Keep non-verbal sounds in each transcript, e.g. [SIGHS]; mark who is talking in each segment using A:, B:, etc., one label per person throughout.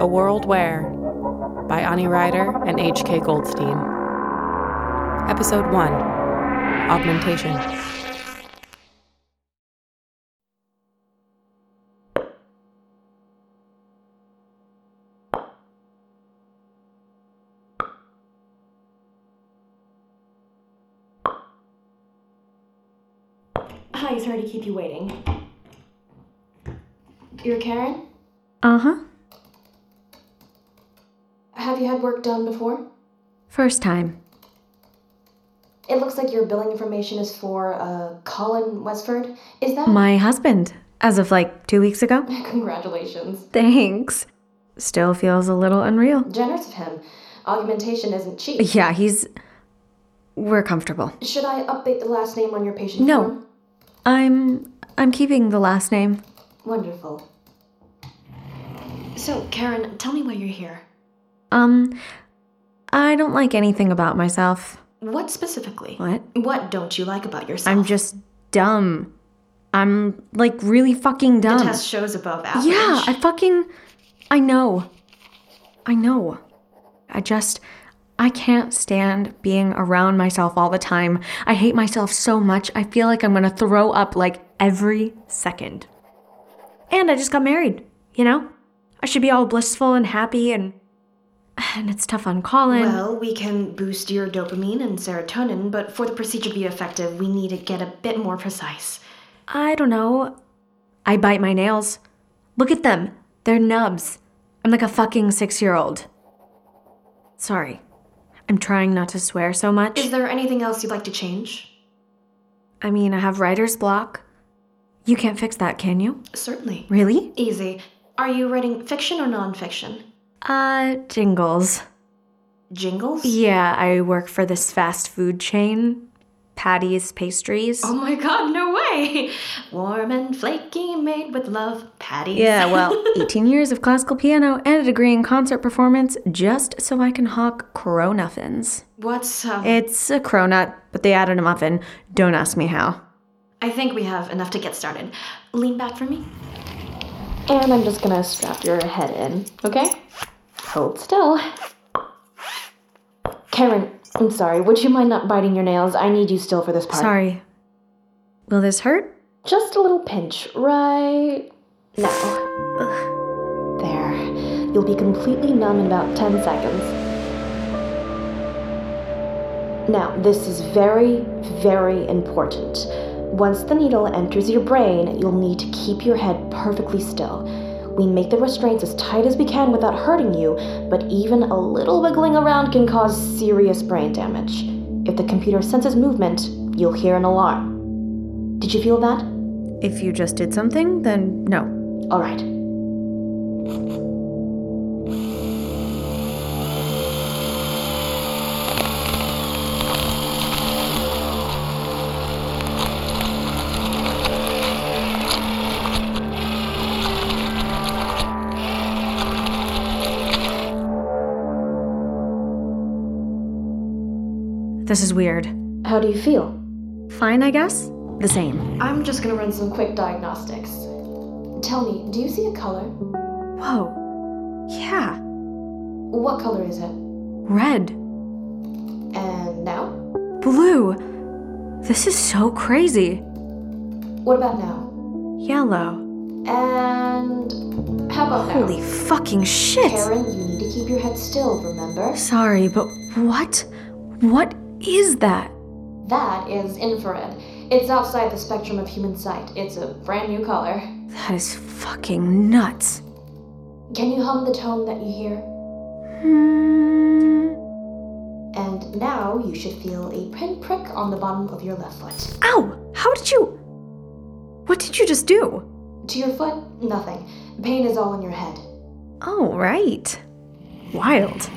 A: A World Where by Ani Ryder and H.K. Goldstein. Episode 1 Augmentation.
B: Hi, sorry to keep you waiting. You're Karen?
C: Uh huh.
B: Have you had work done before?
C: First time.
B: It looks like your billing information is for uh, Colin Westford. Is that?
C: My husband. As of like two weeks ago.
B: [LAUGHS] Congratulations.
C: Thanks. Still feels a little unreal.
B: Generous of him. Augmentation isn't cheap.
C: Yeah, he's. We're comfortable.
B: Should I update the last name on your patient
C: No.
B: form?
C: I'm. I'm keeping the last name.
B: Wonderful. So, Karen, tell me why you're here.
C: Um. I don't like anything about myself.
B: What specifically?
C: What?
B: What don't you like about yourself?
C: I'm just dumb. I'm like really fucking dumb.
B: The test shows above average.
C: Yeah, I fucking. I know. I know. I just. I can't stand being around myself all the time. I hate myself so much. I feel like I'm gonna throw up like every second. And I just got married, you know? I should be all blissful and happy and. [SIGHS] And it's tough on Colin.
B: Well, we can boost your dopamine and serotonin, but for the procedure to be effective, we need to get a bit more precise.
C: I don't know. I bite my nails. Look at them. They're nubs. I'm like a fucking six year old. Sorry. I'm trying not to swear so much.
B: Is there anything else you'd like to change?
C: I mean, I have writer's block. You can't fix that, can you?
B: Certainly.
C: Really?
B: Easy. Are you writing fiction or nonfiction?
C: Uh, jingles.
B: Jingles?
C: Yeah, I work for this fast food chain, Patty's Pastries.
B: Oh my god, no way! [LAUGHS] Warm and flaky, made with love, patties. [LAUGHS]
C: Yeah, well, 18 years of classical piano and a degree in concert performance just so I can hawk Coronuffins.
B: What's, um,
C: It's a cronut, but they added a muffin. Don't ask me how.
B: I think we have enough to get started. Lean back for me. And I'm just gonna strap your head in, okay? Hold still. Karen, I'm sorry, would you mind not biting your nails? I need you still for this part.
C: Sorry. Will this hurt?
B: Just a little pinch, right now. There. You'll be completely numb in about 10 seconds. Now, this is very, very important. Once the needle enters your brain, you'll need to keep your head perfectly still. We make the restraints as tight as we can without hurting you, but even a little wiggling around can cause serious brain damage. If the computer senses movement, you'll hear an alarm. Did you feel that?
C: If you just did something, then no.
B: All right.
C: This is weird.
B: How do you feel?
C: Fine, I guess? The same.
B: I'm just gonna run some quick diagnostics. Tell me, do you see a color?
C: Whoa. Yeah.
B: What color is it?
C: Red.
B: And now?
C: Blue. This is so crazy.
B: What about now?
C: Yellow.
B: And how about now?
C: Holy fucking shit!
B: Karen, you need to keep your head still, remember?
C: Sorry, but what? What is that?
B: That is infrared. It's outside the spectrum of human sight. It's a brand new color.
C: That is fucking nuts.
B: Can you hum the tone that you hear?
C: Hmm.
B: And now you should feel a pin prick on the bottom of your left foot.
C: Ow! How did you. What did you just do?
B: To your foot, nothing. Pain is all in your head.
C: Oh, right. Wild.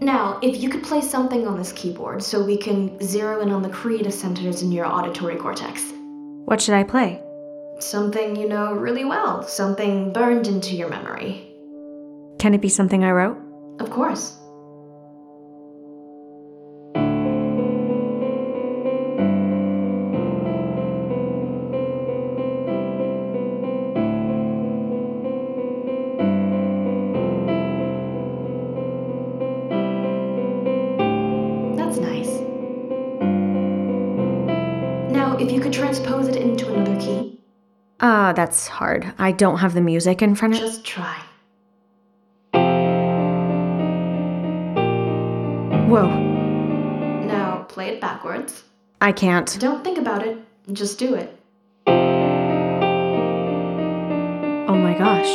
B: Now, if you could play something on this keyboard so we can zero in on the creative centers in your auditory cortex.
C: What should I play?
B: Something you know really well, something burned into your memory.
C: Can it be something I wrote?
B: Of course. transpose it into another key?
C: Ah, uh, that's hard. I don't have the music in front of
B: Just try.
C: Whoa.
B: Now play it backwards.
C: I can't.
B: Don't think about it. Just do it.
C: Oh my gosh.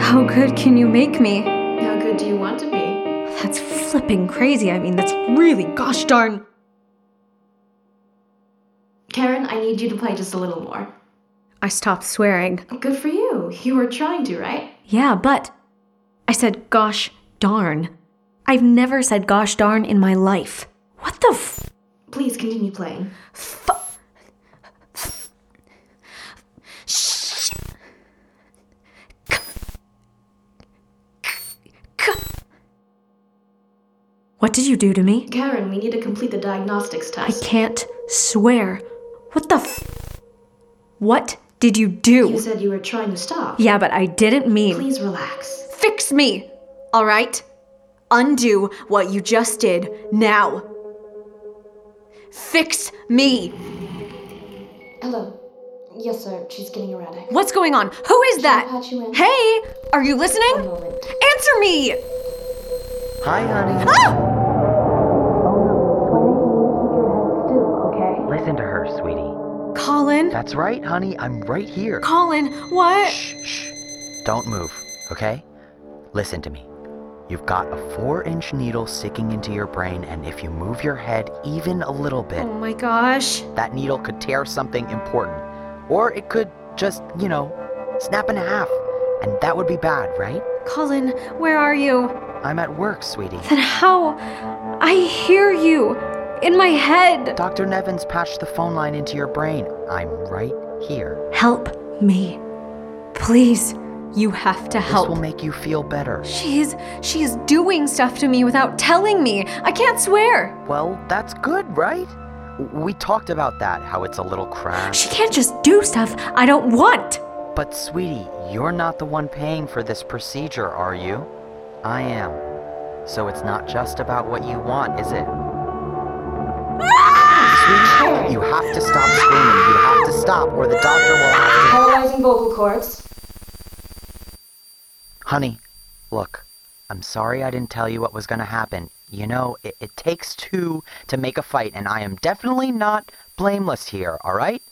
C: How good can you make me?
B: How good do you want to be?
C: That's flipping crazy. I mean, that's really gosh darn.
B: Karen, I need you to play just a little more.
C: I stopped swearing.
B: Good for you. You were trying to, right?
C: Yeah, but I said gosh darn. I've never said gosh darn in my life. What the f?
B: Please continue playing.
C: F- Shh. What did you do to me?
B: Karen, we need to complete the diagnostics test.
C: I can't swear. What the f? What did you do?
B: You said you were trying to stop.
C: Yeah, but I didn't mean.
B: Please relax.
C: Fix me! All right? Undo what you just did now. Fix me!
B: Hello. Yes, sir. She's getting erratic.
C: What's going on? Who is that? Hey! Are you listening? Answer me!
D: Hi, honey.
C: Ah!
D: Listen to her, sweetie.
C: Colin?
D: That's right, honey. I'm right here.
C: Colin, what?
D: Shh, shh. Don't move, okay? Listen to me. You've got a four inch needle sticking into your brain, and if you move your head even a little bit.
C: Oh my gosh.
D: That needle could tear something important. Or it could just, you know, snap in half. And that would be bad, right?
C: Colin, where are you?
D: I'm at work, sweetie.
C: Then how? I hear you in my head.
D: Dr. Nevins patched the phone line into your brain. I'm right here.
C: Help me. Please. You have to help.
D: This will make you feel better.
C: She's she's doing stuff to me without telling me. I can't swear.
D: Well, that's good, right? We talked about that, how it's a little crash.
C: She can't just do stuff I don't want.
D: But sweetie, you're not the one paying for this procedure, are you? I am. So it's not just about what you want, is it? You have to stop screaming. You have to stop, or the doctor will have to.
B: Paralyzing vocal cords.
D: Honey, look, I'm sorry I didn't tell you what was going to happen. You know, it, it takes two to make a fight, and I am definitely not blameless here, alright?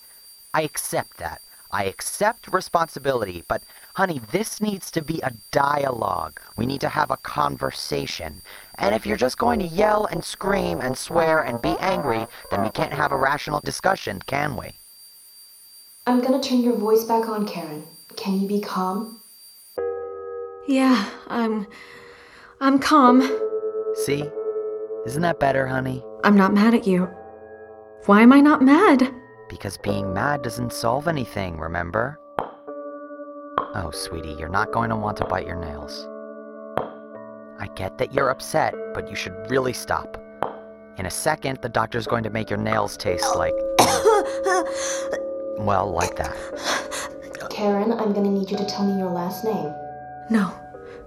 D: I accept that. I accept responsibility, but honey, this needs to be a dialogue. We need to have a conversation. And if you're just going to yell and scream and swear and be angry, then we can't have a rational discussion, can we?
B: I'm gonna turn your voice back on, Karen. Can you be calm?
C: Yeah, I'm. I'm calm.
D: See? Isn't that better, honey?
C: I'm not mad at you. Why am I not mad?
D: Because being mad doesn't solve anything, remember? Oh, sweetie, you're not going to want to bite your nails. I get that you're upset, but you should really stop. In a second, the doctor's going to make your nails taste like. [COUGHS] well, like that.
B: Karen, I'm going to need you to tell me your last name.
C: No.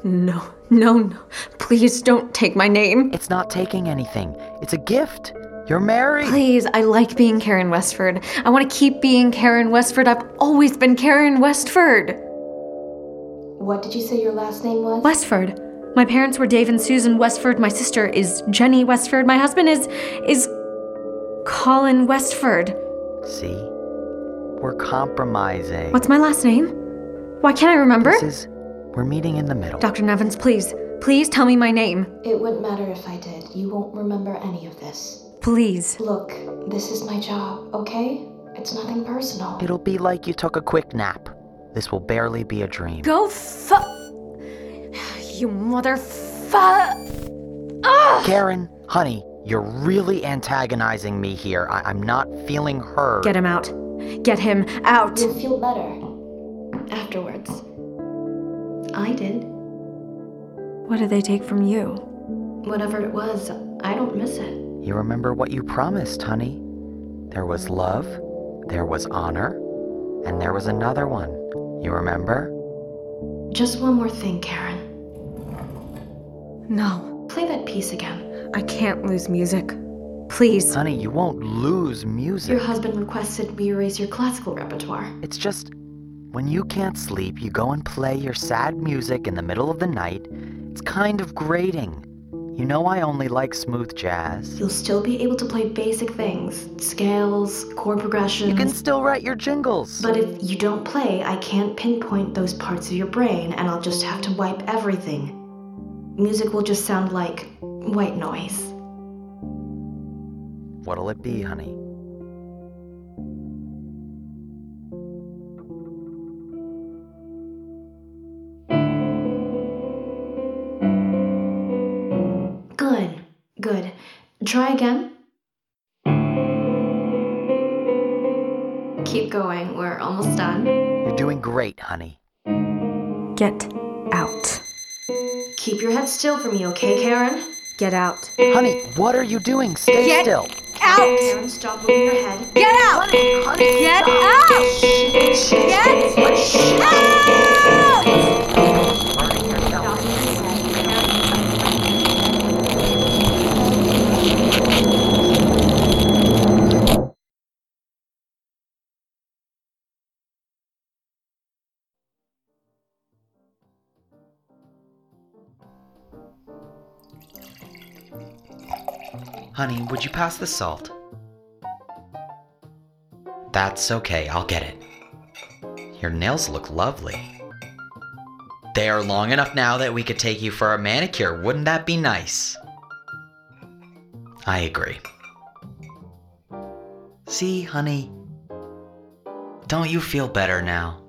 C: No, no, no. Please don't take my name.
D: It's not taking anything. It's a gift. You're married.
C: Please, I like being Karen Westford. I want to keep being Karen Westford. I've always been Karen Westford.
B: What did you say your last name was?
C: Westford. My parents were Dave and Susan Westford. My sister is Jenny Westford. My husband is is Colin Westford.
D: See? We're compromising.
C: What's my last name? Why can't I remember?
D: This is we're meeting in the middle.
C: Dr. Nevins, please. Please tell me my name.
B: It wouldn't matter if I did. You won't remember any of this.
C: Please.
B: Look, this is my job, okay? It's nothing personal.
D: It'll be like you took a quick nap. This will barely be a dream.
C: Go fu. You motherfu. Ah!
D: Karen, honey, you're really antagonizing me here. I- am not feeling her.
C: Get him out. Get him out.
B: You'll feel better afterwards. I did.
C: What did they take from you?
B: Whatever it was, I don't miss it.
D: You remember what you promised, honey. There was love, there was honor, and there was another one. You remember?
B: Just one more thing, Karen.
C: No.
B: Play that piece again.
C: I can't lose music. Please.
D: Honey, you won't lose music.
B: Your husband requested we erase your classical repertoire.
D: It's just when you can't sleep, you go and play your sad music in the middle of the night. It's kind of grating. You know, I only like smooth jazz.
B: You'll still be able to play basic things scales, chord progressions.
D: You can still write your jingles.
B: But if you don't play, I can't pinpoint those parts of your brain, and I'll just have to wipe everything. Music will just sound like white noise.
D: What'll it be, honey?
B: Good, good. Try again. Keep going, we're almost done.
D: You're doing great, honey.
C: Get out.
B: Keep your head still for me, okay, Karen?
C: Get out.
D: Honey, what are you doing? Stay
E: Get-
D: still.
E: Out!
B: Karen, stop moving your head.
E: Get out! Get out! Get out!
D: Honey, would you pass the salt? That's okay, I'll get it. Your nails look lovely. They are long enough now that we could take you for a manicure. Wouldn't that be nice? I agree. See, honey? Don't you feel better now?